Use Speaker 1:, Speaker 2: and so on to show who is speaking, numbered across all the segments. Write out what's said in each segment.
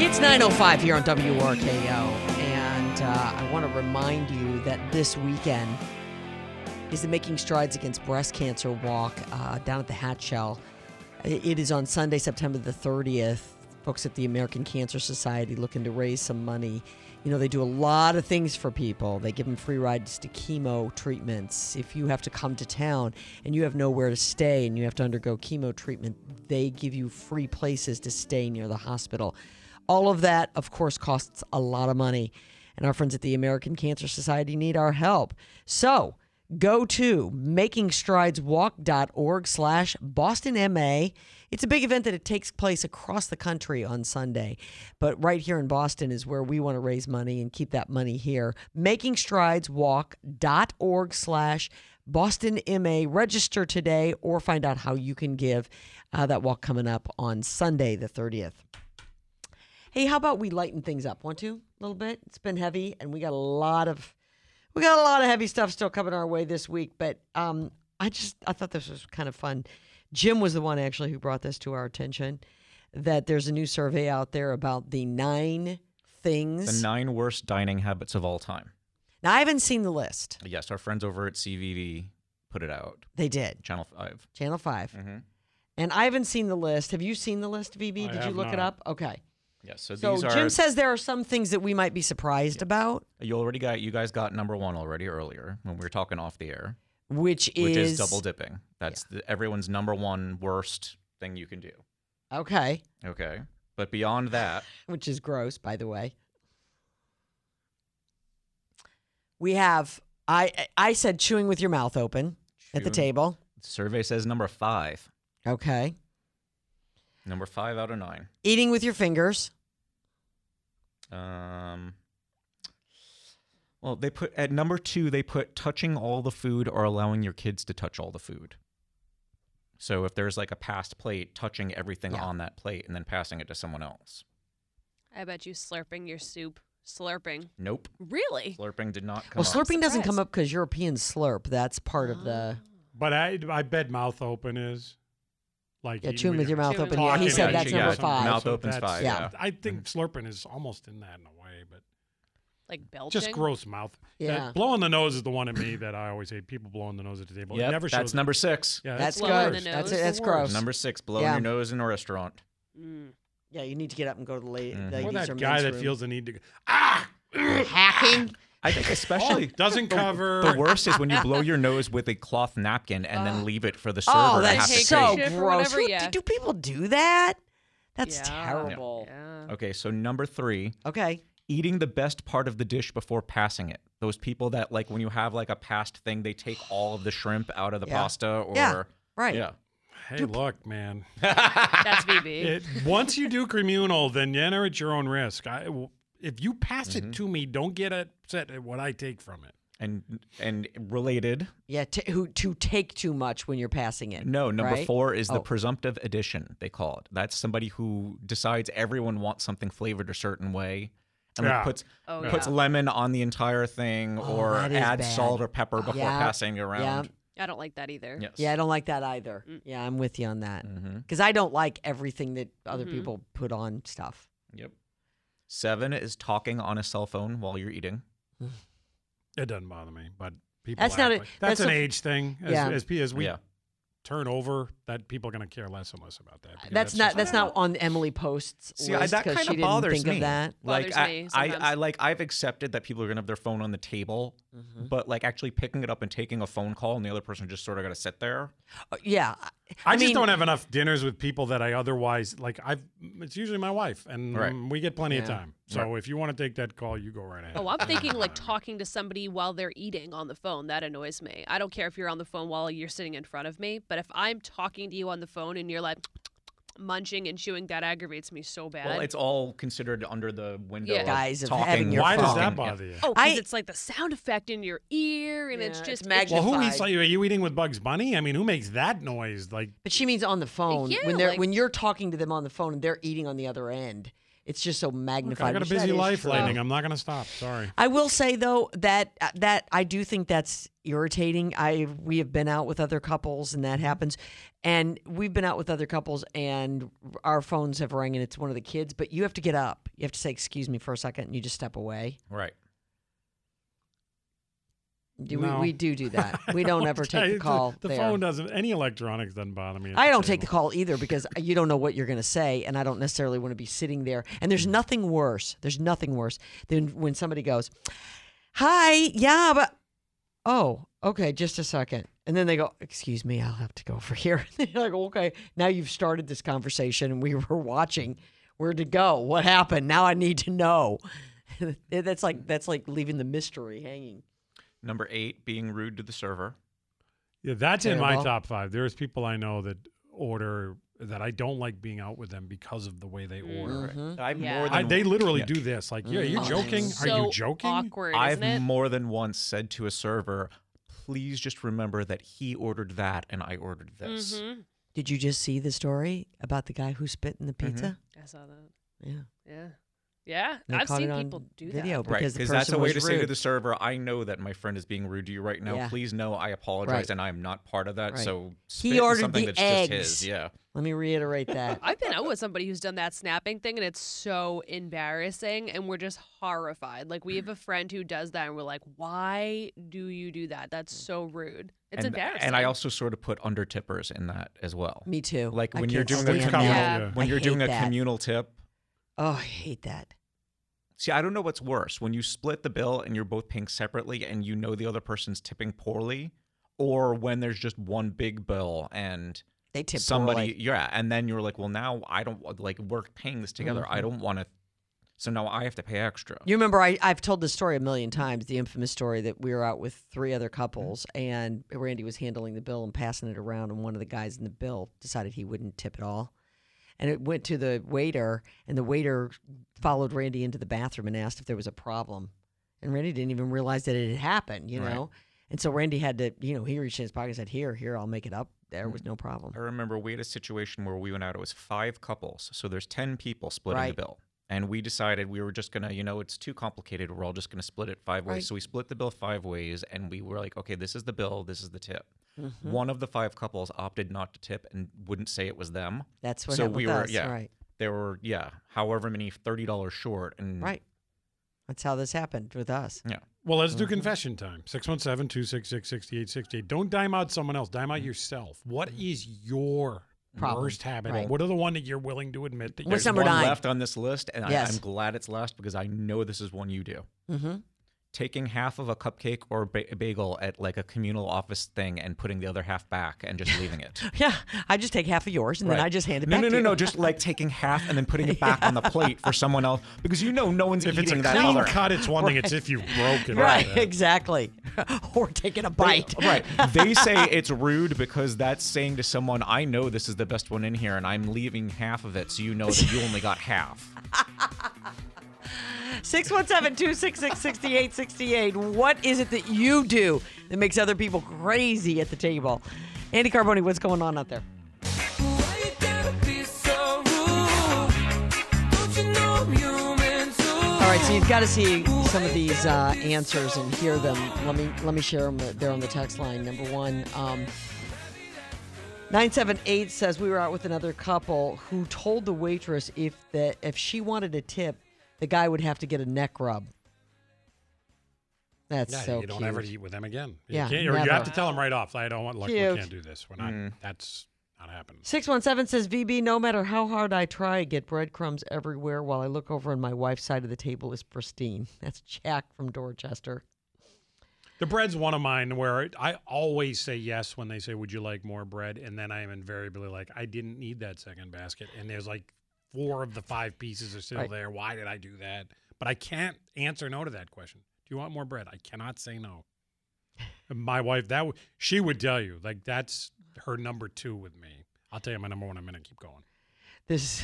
Speaker 1: It's 9.05 here on WRKO, and uh, I want to remind you that this weekend is the Making Strides Against Breast Cancer Walk uh, down at the Hat Shell. I- It is on Sunday, September the 30th. Folks at the American Cancer Society looking to raise some money. You know, they do a lot of things for people. They give them free rides to chemo treatments. If you have to come to town and you have nowhere to stay and you have to undergo chemo treatment, they give you free places to stay near the hospital. All of that, of course, costs a lot of money. And our friends at the American Cancer Society need our help. So go to makingstrideswalk.org slash Boston MA. It's a big event that it takes place across the country on Sunday. But right here in Boston is where we want to raise money and keep that money here. Makingstrideswalk.org slash Boston MA. Register today or find out how you can give uh, that walk coming up on Sunday, the 30th. Hey, how about we lighten things up? Want to a little bit? It's been heavy, and we got a lot of we got a lot of heavy stuff still coming our way this week. But um, I just I thought this was kind of fun. Jim was the one actually who brought this to our attention that there's a new survey out there about the nine
Speaker 2: The
Speaker 1: things.
Speaker 2: nine worst dining habits of all time.
Speaker 1: Now I haven't seen the list.
Speaker 2: Yes, our friends over at CVV put it out.
Speaker 1: They did
Speaker 2: Channel 5.
Speaker 1: Channel 5
Speaker 2: Mm-hmm.
Speaker 1: and I haven't seen the list. Have you seen the list, VB?
Speaker 3: I
Speaker 1: did you
Speaker 3: have
Speaker 1: look it
Speaker 3: not.
Speaker 1: up? Okay.
Speaker 2: Yes, so,
Speaker 1: So
Speaker 2: these are.
Speaker 1: Jim says there are some things that we might be surprised about,
Speaker 2: you already got you guys got number one already earlier when we were talking off the air,
Speaker 1: which is
Speaker 2: which is, double dipping. That's the, everyone's number one worst thing you can do.
Speaker 1: Okay.
Speaker 2: Okay, but beyond that,
Speaker 1: which is gross, by the way. We have I I said chewing with your mouth open at the
Speaker 2: Chewing.
Speaker 1: table.
Speaker 2: survey says number five,
Speaker 1: Okay.
Speaker 2: number five out of nine.
Speaker 1: Eating with your fingers.
Speaker 2: Um, well, they put at number two, they put touching all the food or allowing your kids to touch all the food. So if there's like a passed plate, touching everything
Speaker 1: Yeah.
Speaker 2: on that plate and then passing it to someone else.
Speaker 4: I bet you slurping your soup. Slurping.
Speaker 2: Nope.
Speaker 4: Really?
Speaker 2: Slurping did not come
Speaker 1: Well,
Speaker 2: up.
Speaker 1: slurping doesn't come
Speaker 4: Surprise. Ah.
Speaker 1: up because European slurp. That's part of the
Speaker 3: But I, I bet mouth open is like
Speaker 1: Yeah,
Speaker 3: eating
Speaker 1: chewing with your mouth
Speaker 4: Chewing
Speaker 1: open.
Speaker 4: with
Speaker 1: Yeah, he
Speaker 4: your
Speaker 1: said
Speaker 4: mouth
Speaker 1: that's
Speaker 4: open.
Speaker 1: number
Speaker 2: Yeah,
Speaker 1: five.
Speaker 2: mouth open's five, Mm.
Speaker 1: yeah.
Speaker 3: I think slurping is almost in that in a way, but
Speaker 4: Like belching.
Speaker 3: just gross mouth. That-
Speaker 1: Yeah.
Speaker 3: blowing the nose is the one at me that I always hate. People blowing the nose at the table. It
Speaker 2: Yep,
Speaker 3: never shows.
Speaker 2: that's number six.
Speaker 3: Yeah,
Speaker 1: That's
Speaker 3: the
Speaker 4: Blowing the
Speaker 1: gross.
Speaker 3: worst.
Speaker 4: nose.
Speaker 1: That's
Speaker 4: That's
Speaker 1: that's
Speaker 3: the
Speaker 1: gross.
Speaker 3: worst.
Speaker 2: Number six, blowing
Speaker 1: Yeah.
Speaker 2: your nose in a restaurant.
Speaker 4: Mm.
Speaker 1: Yeah, you need to get up and go to the lady.
Speaker 2: Mhm.
Speaker 3: Mm. Or that guy that feels the need to go, ah,
Speaker 1: hacking.
Speaker 2: I think
Speaker 3: oh,
Speaker 2: especially
Speaker 3: doesn't cover.
Speaker 2: the worst is when you blow your nose with a cloth napkin and then leave it for the server
Speaker 1: Uh. Oh,
Speaker 2: to have to
Speaker 4: hate
Speaker 1: that's so
Speaker 2: take.
Speaker 4: shit or
Speaker 1: gross.
Speaker 4: whatever,
Speaker 1: Who-
Speaker 4: yeah.
Speaker 1: do, do people do that? That's
Speaker 4: Yeah.
Speaker 1: terrible.
Speaker 4: Yeah.
Speaker 2: Okay, so number three,
Speaker 1: Okay.
Speaker 2: eating the best part of the dish before passing it. Those people that like when you have like a past thing, they take all of the shrimp out of the
Speaker 1: Yeah.
Speaker 2: pasta or
Speaker 1: Yeah, Right.
Speaker 2: Yeah.
Speaker 3: Hey, look, man.
Speaker 4: That's VB.
Speaker 3: It, once you do communal, then you enter at your own risk. I, if you pass
Speaker 2: Mm-hmm.
Speaker 3: it to me, don't get upset at what I take from it.
Speaker 2: And and related,
Speaker 1: Yeah. T- who to take too much when you're passing it?
Speaker 2: no, number
Speaker 1: right?
Speaker 2: four is
Speaker 1: Oh.
Speaker 2: the presumptive addition, they call it. That's somebody who decides everyone wants something flavored a certain way. And like,
Speaker 3: Yeah.
Speaker 2: puts
Speaker 4: Oh,
Speaker 2: puts
Speaker 4: yeah.
Speaker 2: lemon on the entire thing
Speaker 1: Oh,
Speaker 2: or
Speaker 1: that is
Speaker 2: adds
Speaker 1: bad.
Speaker 2: salt or pepper before
Speaker 1: Yeah.
Speaker 2: passing it around.
Speaker 4: I don't like that either.
Speaker 2: Yes.
Speaker 1: Yeah, I don't like that either.
Speaker 4: Mm.
Speaker 1: Yeah, I'm with you on that.
Speaker 3: Mm-hmm.
Speaker 2: Mhm.
Speaker 1: Because I don't like everything that other people put on stuff.
Speaker 2: Yep. Seven is talking on a cell phone while you're eating.
Speaker 3: It doesn't bother me, but people.
Speaker 1: That's not
Speaker 3: act
Speaker 1: a-
Speaker 3: like- that's,
Speaker 1: that's
Speaker 3: an
Speaker 1: a-
Speaker 3: age thing. As,
Speaker 1: Yeah.
Speaker 3: as, as we
Speaker 2: yeah.
Speaker 3: turn over, that people are going to care less and less about that. because
Speaker 1: that's not
Speaker 3: just-
Speaker 1: that's not on Emily Post's
Speaker 2: See, I,
Speaker 1: list
Speaker 2: that
Speaker 1: 'cause
Speaker 2: kind
Speaker 1: she
Speaker 2: of
Speaker 1: didn't
Speaker 2: bothers
Speaker 1: think
Speaker 2: me.
Speaker 1: of that.
Speaker 2: Like,
Speaker 4: Bothers
Speaker 2: I,
Speaker 4: me
Speaker 2: I,
Speaker 4: sometimes.
Speaker 2: I, like, I've accepted that people are gonna have their phone on the table,
Speaker 1: Mm-hmm.
Speaker 2: but like actually picking it up and taking a phone call, and the other person just sort of got to sit there.
Speaker 1: Uh, Yeah, I-
Speaker 3: I, just
Speaker 1: mean-
Speaker 3: don't have enough dinners with people that I otherwise like. I've it's usually my wife, and
Speaker 2: Right.
Speaker 3: um, we get plenty of
Speaker 1: Yeah.
Speaker 3: time. So if you want to take that call, you go right ahead.
Speaker 4: Oh, I'm thinking like talking to somebody while they're eating on the phone. That annoys me. I don't care if you're on the phone while you're sitting in front of me, but if I'm talking to you on the phone and you're like munching and chewing, that aggravates me so bad.
Speaker 2: Well, it's all considered under the window.
Speaker 4: Yeah.
Speaker 2: Of
Speaker 1: Guys, of
Speaker 2: talking.
Speaker 1: having your
Speaker 3: Why does
Speaker 1: phone.
Speaker 3: that
Speaker 2: Yeah.
Speaker 3: bother you?
Speaker 4: oh,
Speaker 1: I-
Speaker 4: because it's like the sound effect in your ear, and it's
Speaker 1: Yeah,
Speaker 4: just
Speaker 1: it's
Speaker 4: itchy.
Speaker 3: Well, who eats?
Speaker 1: Justified.
Speaker 3: Like, are you eating with Bugs Bunny? I mean, who makes that noise? Like,
Speaker 1: But she means on the phone
Speaker 4: Yeah,
Speaker 1: when they're
Speaker 4: like-
Speaker 1: when you're talking to them on the phone and they're eating on the other end. It's just so
Speaker 3: look,
Speaker 1: magnified.
Speaker 3: I got a
Speaker 1: which that
Speaker 3: busy
Speaker 1: is
Speaker 3: life,
Speaker 1: true.
Speaker 3: Lightning. I'm not going to stop. Sorry.
Speaker 1: I will say though that that I do think that's irritating. I we have been out with other couples and that happens, and we've been out with other couples and our phones have rang and it's one of the kids. But you have to get up. You have to say excuse me for a second and you just step away.
Speaker 2: Right.
Speaker 1: Do
Speaker 3: No.
Speaker 1: we, we do do that. We don't ever take the
Speaker 3: It's-
Speaker 1: call.
Speaker 3: The
Speaker 1: there.
Speaker 3: phone doesn't. Any electronics doesn't bother me. at
Speaker 1: I don't take the
Speaker 3: table.
Speaker 1: call either because you don't know what you're going to say, and I don't necessarily want to be sitting there. And there's nothing worse. There's nothing worse than when somebody goes, "Hi, yeah, but oh, okay, just a second. and then they go, "Excuse me, I'll have to go over here." And they're like, "Okay, now you've started this conversation, and we were watching. Where to go? What happened? Now I need to know." that's like that's like leaving the mystery hanging.
Speaker 2: Number eight, being rude to the server.
Speaker 3: Yeah, that's in my
Speaker 1: Terrible.
Speaker 3: top five. There's people I know that order that I don't like being out with them because of the way they order.
Speaker 1: Mm-hmm.
Speaker 3: it.
Speaker 2: I've
Speaker 4: Yeah.
Speaker 2: Mm. more
Speaker 3: I,
Speaker 2: than
Speaker 3: they literally
Speaker 2: Yeah. Mm.
Speaker 3: do this. Like, yeah, you're
Speaker 1: Mhm.
Speaker 3: joking. Are
Speaker 4: So
Speaker 3: you joking?
Speaker 4: Awkward,
Speaker 2: I've
Speaker 4: isn't it?
Speaker 2: more than once said to a server, "Please just remember that he ordered that and I ordered this."
Speaker 4: Mhm.
Speaker 1: Did you just see the story about the guy who spit in the pizza?
Speaker 4: I saw that.
Speaker 1: Yeah.
Speaker 4: Yeah, yeah.
Speaker 1: They
Speaker 4: I've
Speaker 1: caught
Speaker 4: seen
Speaker 1: it on
Speaker 4: people do
Speaker 1: video.
Speaker 4: that.
Speaker 2: Right,
Speaker 1: Because the
Speaker 2: because that's
Speaker 1: person
Speaker 2: a way
Speaker 1: was
Speaker 2: to say to
Speaker 1: rude.
Speaker 2: the server, "I know that my friend is being rude to you right now.
Speaker 1: Yeah.
Speaker 2: Please know I apologize
Speaker 1: Right.
Speaker 2: and I am not part of that."
Speaker 1: Right.
Speaker 2: So
Speaker 1: He
Speaker 2: spit in
Speaker 1: ordered
Speaker 2: something
Speaker 1: the
Speaker 2: that's just
Speaker 1: eggs.
Speaker 2: his. Yeah,
Speaker 1: Let me reiterate that.
Speaker 4: I've been out with somebody who's done that snapping thing, and it's so embarrassing, and we're just horrified. Like we have a friend who does that, and we're like, "Why do you do that? That's
Speaker 3: Mm.
Speaker 4: so rude. It's
Speaker 2: and,
Speaker 4: embarrassing."
Speaker 2: And I also sort of put under tippers in that as well.
Speaker 1: Me too.
Speaker 2: Like
Speaker 1: I
Speaker 2: when you're
Speaker 1: can't
Speaker 2: doing a
Speaker 1: stand
Speaker 2: communal,
Speaker 3: that.
Speaker 2: when
Speaker 1: I
Speaker 2: you're
Speaker 1: hate
Speaker 2: doing a
Speaker 1: that.
Speaker 2: communal tip.
Speaker 1: Oh, I hate that.
Speaker 2: See, I don't know what's worse when you split the bill and you're both paying separately and you know the other person's tipping poorly, or when there's just one big bill and
Speaker 1: They tip
Speaker 2: somebody,
Speaker 1: poorly.
Speaker 2: yeah, and then you're like, well, now I don't like we're paying this together. I don't want to, so now I have to pay extra.
Speaker 1: Mm-hmm. You remember I, I've told this story a million times, the infamous story that we were out with three other couples
Speaker 2: Mm-hmm.
Speaker 1: and Randy was handling the bill and passing it around and one of the guys in the bill decided he wouldn't tip at all. And it went to the waiter and the waiter followed Randy into the bathroom and asked if there was a problem. And Randy didn't even realize that it had happened, you
Speaker 2: Right.
Speaker 1: know? And so Randy had to, you know, he reached in his pocket and said, Here, here, I'll make it up.
Speaker 2: Mm-hmm.
Speaker 1: There was no problem.
Speaker 2: I remember we had a situation where we went out. It was five couples, so there's ten people splitting
Speaker 1: Right.
Speaker 2: the bill, and we decided we were just gonna, you know, it's too complicated. We're all just gonna split it five ways.
Speaker 1: Right.
Speaker 2: So we split the bill five ways, and we were like, okay, this is the bill, this is the tip.
Speaker 1: Mm-hmm.
Speaker 2: One of the five couples opted not to tip and wouldn't say it was them.
Speaker 1: That's what
Speaker 2: so
Speaker 1: happened
Speaker 2: we
Speaker 1: with
Speaker 2: were,
Speaker 1: us,
Speaker 2: yeah,
Speaker 1: right.
Speaker 2: there were, yeah, however many thirty dollars short, and
Speaker 1: Right. That's how this happened with us.
Speaker 2: yeah,
Speaker 3: Well, let's do
Speaker 2: Mm-hmm.
Speaker 3: confession time. 617 266 6868. Don't dime out someone else. Dime
Speaker 2: Mm.
Speaker 3: out yourself. What is your
Speaker 1: Problem,
Speaker 3: worst habit?
Speaker 1: right.
Speaker 3: What are the one that you're willing to admit that
Speaker 1: What's
Speaker 2: there's
Speaker 3: you're
Speaker 1: number
Speaker 2: one
Speaker 1: nine?
Speaker 2: left on this list, and
Speaker 1: Yes.
Speaker 2: I, I'm glad it's last because I know this is one you do.
Speaker 1: Mm-hmm.
Speaker 2: taking half of a cupcake or ba- bagel at like a communal office thing and putting the other half back and just leaving it.
Speaker 1: Yeah, I just take half of yours and then I just hand it
Speaker 2: no,
Speaker 1: back.
Speaker 2: no,
Speaker 1: to
Speaker 2: no,
Speaker 1: you.
Speaker 2: no. Just like taking half and then putting it back on the plate for someone else because you know no one's
Speaker 3: If it's
Speaker 2: eating
Speaker 3: a
Speaker 2: that
Speaker 3: clean
Speaker 2: other.
Speaker 3: cut, it's one thing. It's if you've broken
Speaker 1: right,
Speaker 3: it.
Speaker 1: exactly. or taking a bite.
Speaker 2: Right. They say it's rude because that's saying to someone, "I know this is the best one in here, and I'm leaving half of it, so you know that you only got half."
Speaker 1: 617-266-6868. What is it that you do that makes other people crazy at the table? Andy Carboni, what's going on out there? All right, so you've got to see some of these uh, answers and hear them. Let me let me share them. They're on the text line. Number one, um, nine seven eight says we were out with another couple who told the waitress if that if she wanted a tip, the guy would have to get a neck rub. That's
Speaker 3: Yeah,
Speaker 1: so
Speaker 3: you don't
Speaker 1: cute.
Speaker 3: ever eat with them again.
Speaker 1: Yeah,
Speaker 3: you, can't, or you
Speaker 1: never.
Speaker 3: have to tell them right off. I don't want. Look,
Speaker 1: Cute.
Speaker 3: we can't do this. We're not.
Speaker 2: Mm.
Speaker 3: That's not happening.
Speaker 1: 617 says, VB, no matter how hard I try, I get breadcrumbs everywhere while I look over and my wife's side of the table is pristine. That's Jack from Dorchester.
Speaker 3: The bread's one of mine where it- I always say yes when they say, "Would you like more bread?" And then I am invariably like, "I didn't need that second basket." And there's like four of the five pieces are still
Speaker 1: Right.
Speaker 3: there. Why did I do that? But I can't answer no to that question. Do you want more bread? I cannot say no. And my wife, that w- she would tell you, like that's her number two with me. I'll tell you my number one in a minute. Keep going.
Speaker 1: This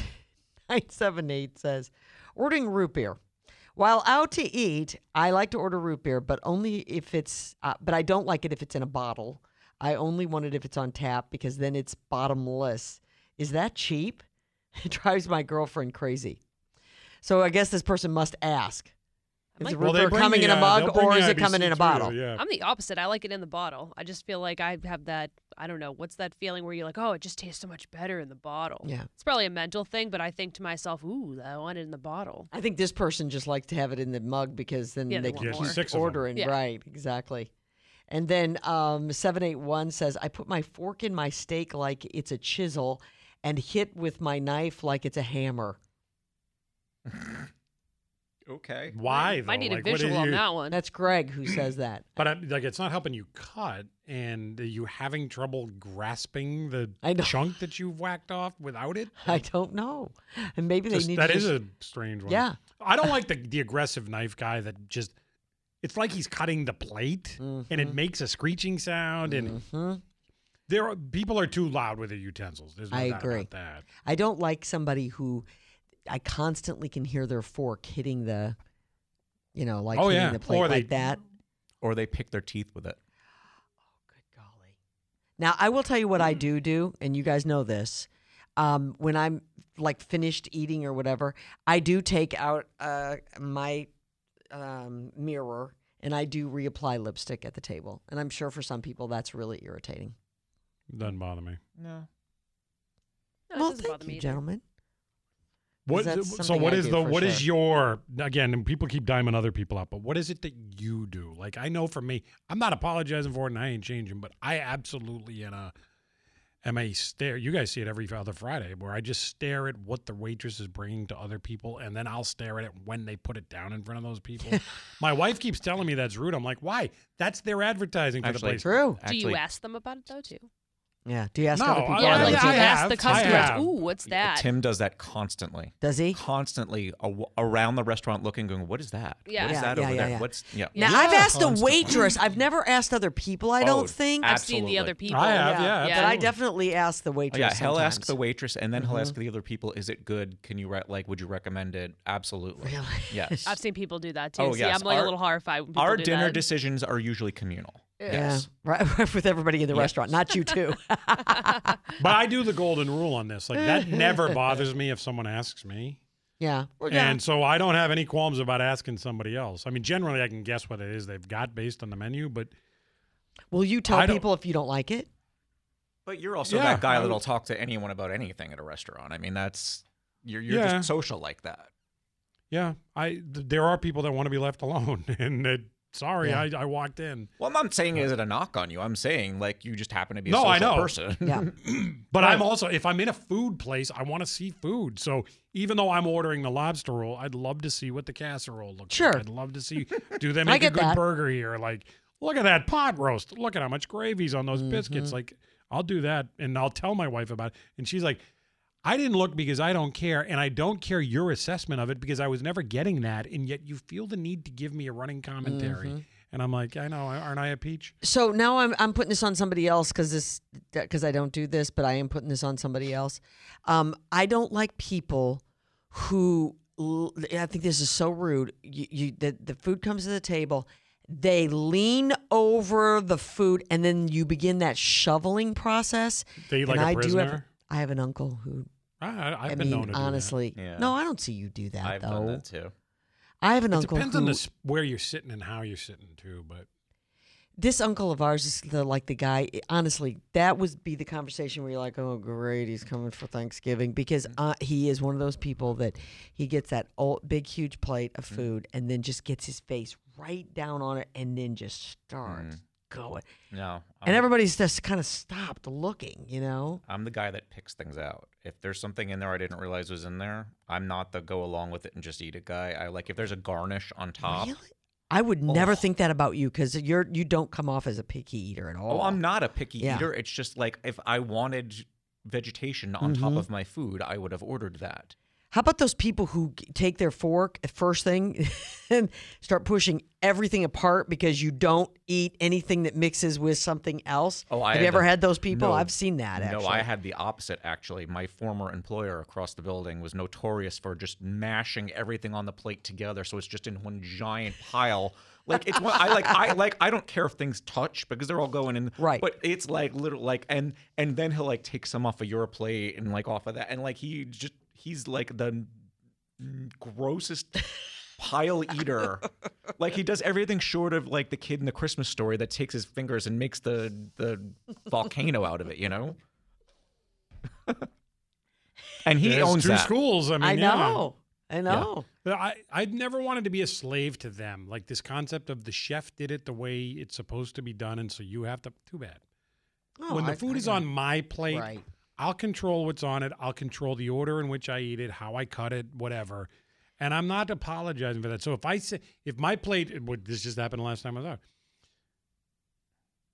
Speaker 1: 978 says, ordering root beer. While out to eat, I like to order root beer, but only if it's, uh, but I don't like it if it's in a bottle. I only want it if it's on tap because then it's bottomless. Is that cheap? It drives my girlfriend crazy. So I guess this person must ask. Is the root
Speaker 3: they
Speaker 1: beer
Speaker 3: bring
Speaker 1: coming
Speaker 3: the,
Speaker 1: in a
Speaker 3: uh, they'll
Speaker 1: mug
Speaker 3: bring
Speaker 1: or
Speaker 3: the
Speaker 1: is it coming
Speaker 3: IBC
Speaker 1: in a
Speaker 3: too,
Speaker 1: bottle?
Speaker 3: Yeah.
Speaker 4: I'm the opposite. I like it in the bottle. I just feel like I have that. I don't know. What's that feeling where you're like, oh, it just tastes so much better in the bottle?
Speaker 1: Yeah.
Speaker 4: It's probably a mental thing, but I think to myself, ooh, I want it in the bottle.
Speaker 1: I think this person just likes to have it in the mug because then
Speaker 4: Yeah,
Speaker 1: they
Speaker 4: they
Speaker 1: can
Speaker 4: want more.
Speaker 1: keep
Speaker 3: Six of 'em.
Speaker 1: ordering.
Speaker 4: Yeah.
Speaker 1: Right, exactly. And then um, 781 says, I put my fork in my steak like it's a chisel and hit with my knife like it's a hammer.
Speaker 2: Okay.
Speaker 3: Why?
Speaker 4: I
Speaker 3: though?
Speaker 4: need a
Speaker 3: Like, what do
Speaker 4: visual on
Speaker 3: you-
Speaker 4: that one.
Speaker 1: That's Greg who says that.
Speaker 3: But I'm, like, it's not helping you cut, and are you having trouble grasping the
Speaker 1: I know.
Speaker 3: chunk that you've whacked off without it?
Speaker 1: I don't know. And maybe
Speaker 3: Just-
Speaker 1: they need
Speaker 3: that
Speaker 1: to
Speaker 3: is
Speaker 1: just-
Speaker 3: a strange one.
Speaker 1: Yeah.
Speaker 3: I don't like the, the aggressive knife guy that just. It's like he's cutting the plate, and
Speaker 1: Mm-hmm.
Speaker 3: it makes a screeching sound. And there, are, people are too loud with their utensils. There's no
Speaker 1: I
Speaker 3: doubt
Speaker 1: agree.
Speaker 3: about that.
Speaker 1: I don't like somebody who I constantly can hear their fork hitting the, you know, like
Speaker 3: Oh,
Speaker 1: hitting
Speaker 3: yeah.
Speaker 1: the plate
Speaker 3: Or they-
Speaker 1: like that.
Speaker 2: Or they pick their teeth with it.
Speaker 1: Golly. Now, I will tell you what I do do, and you guys know this. Um, when I'm like finished eating or whatever, I do take out uh, my um, mirror and I do reapply lipstick at the table. And I'm sure for some people that's really irritating.
Speaker 3: Doesn't bother me.
Speaker 2: No.
Speaker 4: No, it
Speaker 1: well,
Speaker 4: doesn't
Speaker 1: thank
Speaker 4: bother
Speaker 1: you,
Speaker 4: me. either.
Speaker 1: gentlemen.
Speaker 3: What,
Speaker 1: that's
Speaker 3: so
Speaker 1: something
Speaker 3: what
Speaker 1: I
Speaker 3: is
Speaker 1: do
Speaker 3: the
Speaker 1: for
Speaker 3: what is
Speaker 1: sure.
Speaker 3: your again and people keep diming other people up but what is it that you do like i know for me i'm not apologizing for it and i ain't changing but i absolutely in a am a stare you guys see it every other friday where i just stare at what the waitress is bringing to other people and then i'll stare at it when they put it down in front of those people my wife keeps telling me that's rude i'm like why that's their advertising for the
Speaker 2: Actually,
Speaker 3: place
Speaker 1: True.
Speaker 2: actually,
Speaker 4: Do you ask them about it though too?
Speaker 1: Yeah. Do you ask
Speaker 3: No,
Speaker 1: other people?
Speaker 3: I-
Speaker 4: yeah,
Speaker 1: what they
Speaker 3: I-
Speaker 4: like
Speaker 1: do?
Speaker 4: do you
Speaker 3: I
Speaker 4: ask the
Speaker 3: have, I have.
Speaker 4: customers, ooh, what's that?
Speaker 2: uh, Tim does that constantly.
Speaker 1: Does he?
Speaker 2: Constantly aw- around the restaurant looking, going, what is that?
Speaker 4: Yeah.
Speaker 2: What is
Speaker 4: Yeah,
Speaker 2: that
Speaker 1: yeah,
Speaker 2: over
Speaker 1: yeah,
Speaker 2: there?
Speaker 1: yeah.
Speaker 2: What's, yeah.
Speaker 1: Now,
Speaker 2: Yeah.
Speaker 1: I've asked a
Speaker 2: Constantly.
Speaker 1: waitress. I've never asked other people, I
Speaker 2: Oh,
Speaker 1: don't think.
Speaker 4: I've seen
Speaker 2: Absolutely.
Speaker 4: the other people.
Speaker 3: i have yeah,
Speaker 4: Yeah.
Speaker 1: But I
Speaker 3: absolutely.
Speaker 1: definitely ask the
Speaker 2: Oh,
Speaker 1: waitress.
Speaker 2: yeah, he'll ask
Speaker 1: sometimes. Mm-hmm.
Speaker 2: the waitress, and then he'll ask the other people, "Is it good? Can you re- like? Would you recommend it? Absolutely.
Speaker 1: Really?
Speaker 2: Yes.
Speaker 4: I've seen people do that too.
Speaker 2: Oh,
Speaker 4: See,
Speaker 2: yes.
Speaker 4: I'm like
Speaker 2: Our-
Speaker 4: a little horrified when people
Speaker 2: Our
Speaker 4: do
Speaker 2: dinner
Speaker 4: that.
Speaker 2: decisions are usually communal.
Speaker 1: Yeah,
Speaker 2: Yes.
Speaker 1: right with everybody in the restaurant, not you too.
Speaker 3: but i do the golden rule on this like that never bothers me if someone asks me
Speaker 1: yeah,
Speaker 3: And so I don't have any qualms about asking somebody else. I mean, generally, I can guess what it is they've got based on the menu, but
Speaker 1: Will you tell
Speaker 3: I don't-
Speaker 1: people if you don't like it?
Speaker 2: But you're also
Speaker 3: Yeah,
Speaker 2: that guy
Speaker 3: I
Speaker 2: that'll
Speaker 3: would-
Speaker 2: talk to anyone about anything at a restaurant. I mean, that's you're you're
Speaker 3: Yeah.
Speaker 2: just social like that.
Speaker 3: yeah, I th- there are people that want to be left alone, and that sorry,
Speaker 1: Yeah.
Speaker 3: I, I walked in,
Speaker 2: Well, I'm not saying is it a knock on you. I'm saying like you just happen to be a
Speaker 3: No,
Speaker 2: social
Speaker 3: I know.
Speaker 2: person.
Speaker 1: Yeah,
Speaker 3: but I'm also if I'm in a food place, I want to see food. So even though I'm ordering the lobster roll, I'd love to see what the casserole looks
Speaker 1: Sure.
Speaker 3: like. I'd love to see do they
Speaker 1: I
Speaker 3: make a
Speaker 1: get
Speaker 3: good
Speaker 1: that.
Speaker 3: burger here? Like, look at that pot roast. Look at how much gravy's on those biscuits.
Speaker 1: Mm-hmm.
Speaker 3: Like, I'll do that, and I'll tell my wife about it, and she's like. I didn't look because I don't care, and I don't care your assessment of it because I was never getting that, and yet you feel the need to give me a running commentary.
Speaker 1: Mm-hmm.
Speaker 3: And I'm like, I know, aren't I a peach?
Speaker 1: So now I'm I'm putting this on somebody else because this because I don't do this, but I am putting this on somebody else. Um, I don't like people who l- I think this is so rude. You, you the, the food comes to the table, they lean over the food, and then you begin that shoveling process.
Speaker 3: They eat like
Speaker 1: and
Speaker 3: a
Speaker 1: I do have
Speaker 3: prisoner?
Speaker 1: I have an uncle who
Speaker 3: I, I- I've
Speaker 1: I
Speaker 3: been known
Speaker 1: mean
Speaker 3: to do that.
Speaker 1: honestly,
Speaker 2: Yeah.
Speaker 1: no, I don't see you do that
Speaker 2: I've
Speaker 1: though.
Speaker 2: done that too.
Speaker 1: I have an
Speaker 3: It
Speaker 1: uncle
Speaker 3: depends
Speaker 1: who,
Speaker 3: on the, s- where you're sitting and how you're sitting too. But
Speaker 1: this uncle of ours is the like the guy. Honestly, that would be the conversation where you're like, "Oh, great, he's coming for Thanksgiving," because
Speaker 3: Mm-hmm.
Speaker 1: uh, he is one of those people that he gets that old, big, huge plate of
Speaker 3: Mm-hmm.
Speaker 1: food and then just gets his face right down on it and then just starts
Speaker 3: Mm-hmm.
Speaker 1: going,
Speaker 2: No, I'm,
Speaker 1: and everybody's just kind of stopped looking, you know.
Speaker 2: I'm the guy that picks things out. If there's something in there I didn't realize was in there, I'm not the go along with it and just eat it guy. I like if there's a garnish on top.
Speaker 1: Really? I would
Speaker 3: Oh.
Speaker 1: never think that about you because you're you don't come off as a picky eater at all.
Speaker 2: Oh, I'm not a picky
Speaker 1: Yeah.
Speaker 2: eater. It's just like if I wanted vegetation on
Speaker 1: Mm-hmm.
Speaker 2: top of my food, I would have ordered that.
Speaker 1: How about those people who g- take their fork at first thing and start pushing everything apart because you don't eat anything that mixes with something else?
Speaker 2: Oh, I
Speaker 1: have you ever
Speaker 2: the-
Speaker 1: had those people?
Speaker 2: No.
Speaker 1: I've seen that. Actually.
Speaker 2: No, I had the opposite. Actually, my former employer across the building was notorious for just mashing everything on the plate together, so it's just in one giant pile. Like it's one, I like I like I don't care if things touch because they're all going in.
Speaker 1: Right.
Speaker 2: But it's like little like and and then he'll like take some off of your plate and like off of that and like he just he's like the grossest pile eater. like he does everything short of like the kid in the Christmas story that takes his fingers and makes the the volcano out of it, you know? and he
Speaker 3: There's
Speaker 2: owns
Speaker 3: two
Speaker 2: that.
Speaker 3: schools. I mean,
Speaker 1: I
Speaker 3: yeah.
Speaker 1: know. I know.
Speaker 3: But I, I've never wanted to be a slave to them. Like this concept of the chef did it the way it's supposed to be done, and so you have to. Too bad.
Speaker 1: Oh,
Speaker 3: when the
Speaker 1: I-
Speaker 3: food
Speaker 1: I
Speaker 3: is
Speaker 1: know.
Speaker 3: on my plate,
Speaker 1: Right.
Speaker 3: I'll control what's on it. I'll control the order in which I eat it, how I cut it, whatever. And I'm not apologizing for that. So if I say, if my plate, what this just happened last time I was out,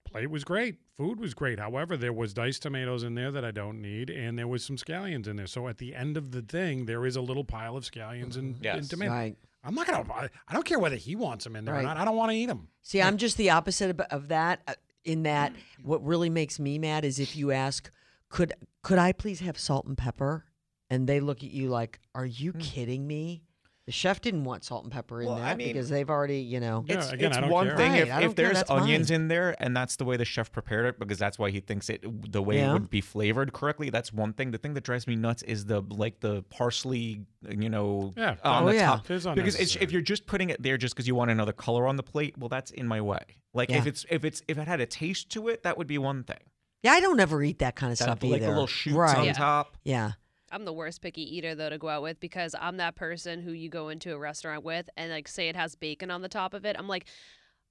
Speaker 3: plate was great, food was great. However, there was diced tomatoes in there that I don't need, and there was some scallions in there. So at the end of the thing, there is a little pile of scallions and,
Speaker 2: Yes.
Speaker 3: and tomatoes.
Speaker 1: Right.
Speaker 3: I'm not gonna. I- I don't care whether he wants them in there
Speaker 1: Right.
Speaker 3: or not. I don't want to eat them.
Speaker 1: See, I'm just the opposite of, of that. uh, In that, what really makes me mad is if you ask, "Could could I please have salt and pepper?" and they look at you like, "Are you kidding me?" The chef didn't want salt and pepper in
Speaker 2: Hmm. Well,
Speaker 1: that
Speaker 2: I mean-
Speaker 1: because they've already, you know.
Speaker 3: Yeah,
Speaker 2: it's
Speaker 3: again,
Speaker 2: it's
Speaker 3: I don't
Speaker 2: one
Speaker 3: care.
Speaker 2: thing
Speaker 1: Right, I
Speaker 2: if,
Speaker 1: don't
Speaker 2: if
Speaker 1: care,
Speaker 2: there's
Speaker 1: that's
Speaker 2: onions
Speaker 1: fine.
Speaker 2: in there and that's the way the chef prepared it because that's why he thinks it the way
Speaker 1: Yeah.
Speaker 2: it would be flavored correctly. That's one thing. The thing that drives me nuts is the like the parsley, you know,
Speaker 3: Yeah.
Speaker 2: on
Speaker 1: Oh,
Speaker 2: the
Speaker 1: yeah.
Speaker 2: top.
Speaker 3: It is
Speaker 2: Because it's,
Speaker 3: unnecessary.
Speaker 2: if you're just putting it there just because you want another color on the plate, well, that's in my way. Like if
Speaker 1: Yeah.
Speaker 2: it's if it's if it had a taste to it, that would be one thing.
Speaker 1: Yeah, I don't ever eat that kind of
Speaker 2: That,
Speaker 1: stuff
Speaker 2: like
Speaker 1: either.
Speaker 2: the little shoots
Speaker 1: right?
Speaker 2: on
Speaker 4: Yeah.
Speaker 2: top.
Speaker 1: Yeah.
Speaker 4: I'm the worst picky eater though to go out with because I'm that person who you go into a restaurant with and like say it has bacon on the top of it. I'm like,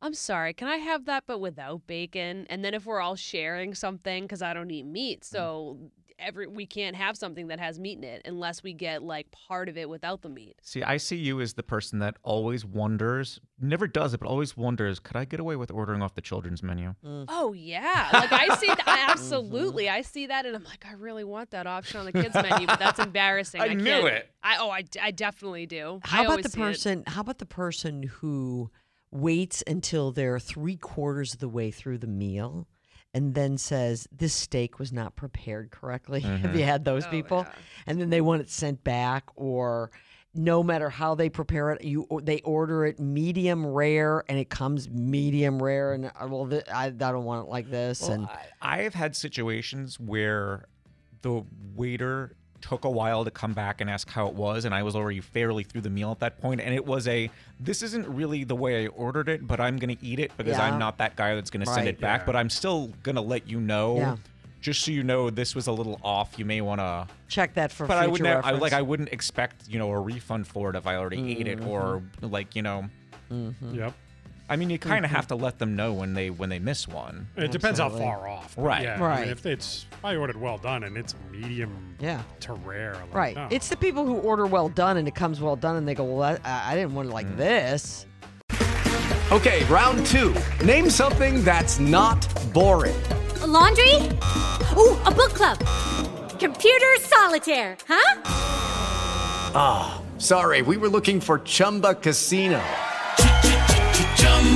Speaker 4: I'm sorry, can I have that but without bacon? And then if we're all sharing something because I don't eat
Speaker 2: Mm.
Speaker 4: meat, so every we can't have something that has meat in it unless we get like part of it without the meat.
Speaker 2: See, I see you as the person that always wonders, never does it, but always wonders, could I get away with ordering off the children's menu?
Speaker 4: Oh yeah, like I see that I- absolutely. I see that, and I'm like, I really want that option on the kids menu, but that's embarrassing.
Speaker 2: I
Speaker 4: can't-
Speaker 2: knew it.
Speaker 4: I oh, I, d- I definitely do.
Speaker 1: How
Speaker 4: I
Speaker 1: about
Speaker 4: always
Speaker 1: the
Speaker 4: see it.
Speaker 1: person? How about the person who waits until they're three quarters of the way through the meal, and then says, "This steak was not prepared correctly."
Speaker 2: Mm-hmm.
Speaker 1: Have you had those
Speaker 4: Oh,
Speaker 1: people?
Speaker 4: yeah.
Speaker 1: And then they want it sent back, or no matter how they prepare it, you or they order it medium rare, and it comes medium rare, and uh, well, th- I, I don't want it like this, and
Speaker 2: I, I have had situations where the waiter took a while to come back and ask how it was, and I was already fairly through the meal at that point, and it was a this isn't really the way I ordered it, but I'm gonna eat it because
Speaker 1: Yeah.
Speaker 2: I'm not that guy that's gonna send
Speaker 1: Right.
Speaker 2: it back, but I'm still gonna let you know.
Speaker 1: Yeah.
Speaker 2: Just so you know, this was a little off. You may want to
Speaker 1: check that for
Speaker 2: but
Speaker 1: future
Speaker 2: I would never, I,
Speaker 1: reference.
Speaker 2: like, I wouldn't expect, you know, a refund for it if I already ate it, or
Speaker 1: Mm-hmm.
Speaker 2: like, you know,
Speaker 1: Hmm.
Speaker 3: Yep.
Speaker 2: I mean, you kind of have to let them know when they when they miss one.
Speaker 3: It depends how
Speaker 1: Absolutely.
Speaker 3: far off. but
Speaker 2: Right.
Speaker 3: Yeah, I mean,
Speaker 1: Right.
Speaker 3: if it's if I ordered well done and it's medium
Speaker 1: Yeah.
Speaker 3: to rare. Like,
Speaker 1: Right.
Speaker 3: no.
Speaker 1: It's the people who order well done and it comes well done and they go, well, that, I, I didn't want it like this.
Speaker 5: Okay, round two. Name something that's not boring.
Speaker 6: A laundry? Ooh, a book club. Computer solitaire, huh?
Speaker 5: Sorry, we were looking for Chumba Casino.